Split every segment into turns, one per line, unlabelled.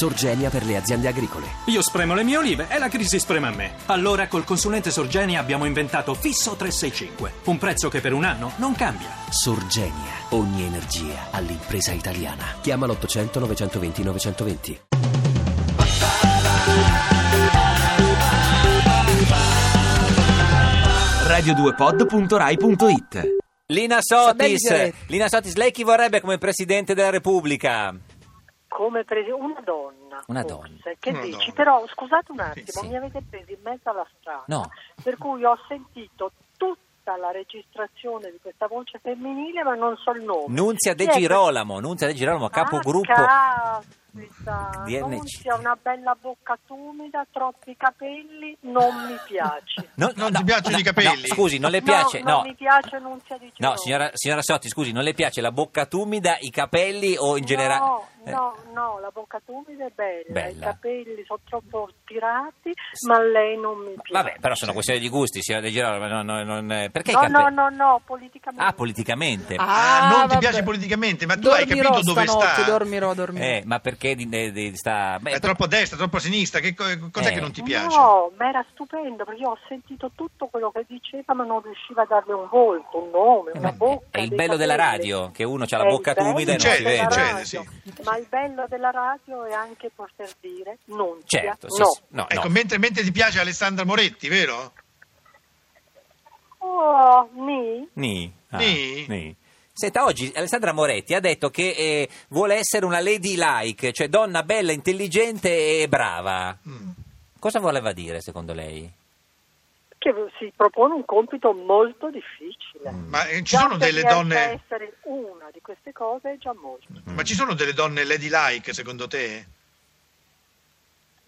Sorgenia per le aziende agricole.
Io spremo le mie olive e la crisi sprema me. Allora col consulente Sorgenia abbiamo inventato Fisso 365, un prezzo che per un anno non cambia.
Sorgenia, ogni energia all'impresa italiana. Chiama l'800 920 920.
radio2pod.rai.it
Lina
bene
Sotis,
dire-
Lina Sotis, lei chi vorrebbe come Presidente della Repubblica?
come presi una donna.
Una
forse.
donna.
Che
Una
dici?
donna.
Però scusate un attimo,
Sì.
mi avete preso in mezzo alla strada,
No.
per cui ho sentito tutta la registrazione di questa voce femminile, ma non so il nome.
Nunzia De
Chi è che-
Girolamo, Nunzia De Girolamo,
Ah,
capogruppo.
Caspita,
di NC.
Nunzia ha una bella bocca tumida, troppi capelli, non mi piace.
No,
Non ti piacciono i capelli?
no, scusi, non le piace.
No, non
No,
mi piace Nunzia di Girolamo.
No, signora, signora Sotti, scusi, non le piace la bocca tumida, i capelli o in generale?
No,
Eh,
no, no, la bocca tumida è bella, i
Bella.
capelli sono troppo tirati, ma lei non mi piace.
Vabbè, però sono questioni di gusti, signora De Girolamo. no, no, non, eh, perché i
No,
capelli?
no, no, no, politicamente.
Ah, politicamente.
Ah, non ti
vabbè.
piace politicamente, ma tu hai
Dormirò
capito dove
stanotte,
sta.
dormirò, dormirò.
Eh, ma perché di- di- di- sta... beh,
È troppo a destra, troppo a sinistra. Che co- cos'è
Eh.
che non ti piace?
No, ma era stupendo perché io ho sentito tutto quello che diceva, ma non riusciva a darle un volto, un nome,
eh,
una
ma
bocca.
è il
dei
bello della
capelli.
radio, che uno ha
È
la
il
bocca
bello
tumida e non
della
si
Succede,
vede.
succede,
radio.
sì.
Ma il bello della radio è anche poter dire non sia,
Certo, sì,
no.
sì, no,
Ecco,
no.
mentre, mentre ti piace Alessandra Moretti, vero?
Oh, mi?
Ni. Ah,
Ni.
ni. Senta, oggi Alessandra Moretti ha detto che eh, vuole essere una lady like, cioè donna bella, intelligente e brava.
Mm.
Cosa voleva dire secondo lei?
Che si propone un compito molto difficile.
Mm.
Ma eh, ci
Già
sono
per
delle
riesca a
donne. Mm.
essere una di queste cose è già molto.
Ma ci sono delle donne ladylike secondo te?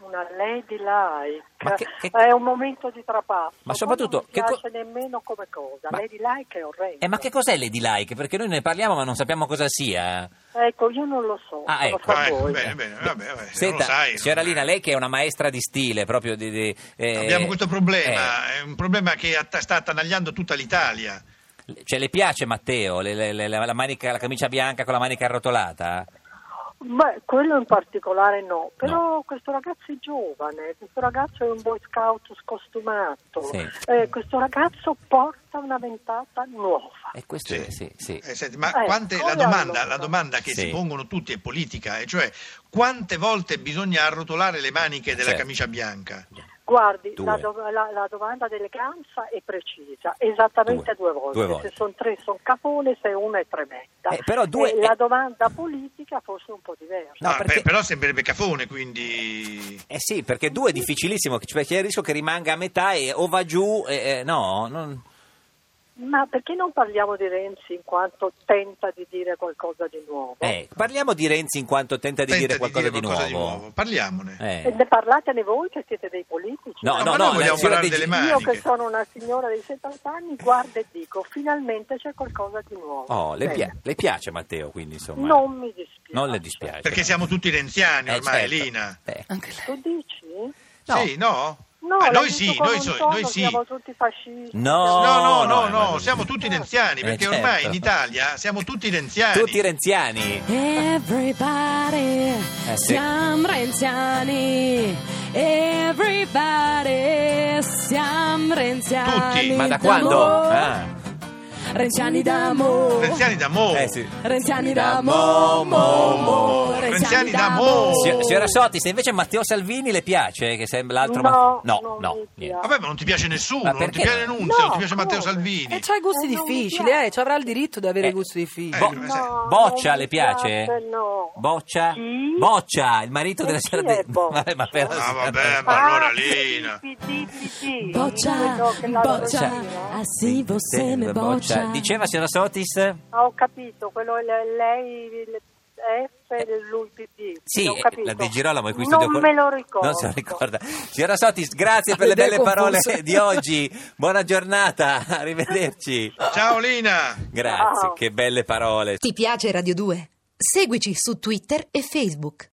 Una lady like
Ma che- che-
è un momento di trapasso.
Ma soprattutto,
Poi non mi
che co-
piace nemmeno come cosa.
Ma-
Lady like è orrendo.
Eh, ma che cos'è lady like? Perché noi ne parliamo ma non sappiamo cosa
Eh,
sia.
Ecco, io non lo so.
Ah,
lo
ecco.
sa
Ah, ecco,
voi.
bene, bene, vabbè, vabbè, se
Senta,
non lo sai. non-
signora Lina, lei che è una maestra di stile, proprio di... di- eh,
Abbiamo questo problema, è un problema che atta- sta attanagliando tutta l'Italia.
eh, cioè, le piace Matteo, le- le- le- la, la manica- la camicia bianca con la manica arrotolata?
Beh, quello in particolare no, però questo ragazzo è giovane, questo ragazzo è un boy scout scostumato,
Sì.
Eh, questo ragazzo porta una ventata nuova.
E Eh, questo
Sì.
è- sì, sì.
Eh, senti, ma
Eh,
quante- la,
come
domanda,
allora?
la domanda che
Sì.
si pongono tutti è politica, e cioè quante volte bisogna arrotolare le maniche della
Certo.
camicia bianca?
Guardi,
Due.
la, do- la- la domanda dell'eleganza è precisa, esattamente
Due.
due, volte.
Due volte.
Se sono tre sono capone, se una è tremenda.
Eh, però due-
E la domanda politica forse un po' diversa.
No,
Ah,
perché-
beh, però sembrerebbe cafone, quindi...
Eh sì, perché due è difficilissimo, cioè c'è il rischio che rimanga a metà e o va giù, eh, eh, no, non-
Ma perché non parliamo di Renzi in quanto tenta di dire qualcosa di nuovo?
eh, parliamo di Renzi in quanto tenta di
Tenta
dire qualcosa, di nuovo.
Parliamone.
Eh.
E Ne parlatene voi che siete dei politici.
No, no, no,
No, ma noi vogliamo
la signora
parlare
De-
delle
Io
maniche.
che sono una signora di 70 anni guardo e dico finalmente c'è qualcosa di nuovo.
Oh, le,
Bene.
pia- le piace Matteo, quindi insomma.
Non mi dispiace.
Non le dispiace.
Perché siamo tutti renziani
Eh,
ormai,
certo.
Lina.
Eh,
Tu dici?
No.
Sì, no?
No,
Ah,
l'ho
noi
detto
sì,
con
noi,
un
so-
tono,
noi sì.
Siamo tutti fascisti.
No.
No, no,
No,
no,
no,
no,
ma-
siamo tutti renziani,
Eh,
perché
certo.
ormai in Italia siamo tutti renziani.
Tutti renziani.
Everybody,
Eh, sì.
siamo renziani. Everybody, siamo renziani.
Tutti.
Ma da quando?
d'amore.
Ah.
Renziani d'amore.
Renziani da mo.
Eh, sì.
Renziani da mo, mo, mo.
Renziani da mo.
Si- signora Sotti, se invece Matteo Salvini le piace, che sembra l'altro...
No,
ma- no,
non
no,
mi
niente.
Vabbè, ma non ti piace nessuno,
Ma
non ti
perché?
piace Nunzio, non
No,
ti piace Matteo
come? Eh,
Salvini. Eh,
certo. c'ha i gusti Eh, non mi difficili, piace. Boh,
eh, c'ha il diritto di avere
Eh. gusti
difficili.
Bo-
eh,
No,
Boccia
non
le
mi
piace?
piace, no.
Boccia?
Chi?
Boccia, il marito
E
della
chi
signora
è
De-
Boccia?
Vabbè, ma però-
Ah, vabbè, ma
Ah,
allora
sì,
Lina.
PD, PD.
Boccia,
Quello che l'altro
boccia,
diceva.
Cioè,
assi você me boccia.
Diceva signora Sotis?
Ah, Ho capito, quello è le- lei il F lui PD.
Eh, Sì,
ho
eh,
capito.
la De Girolamo è qui in
Non
studio con-
me lo ricordo.
Non se lo ricorda. Signora Sotis, grazie per
Ah,
le
ed è
belle parole
confuso.
di oggi. Buona giornata, arrivederci.
Ciao Lina.
Grazie,
Ciao.
che belle parole.
Ti piace Radio 2? Seguici su Twitter e Facebook.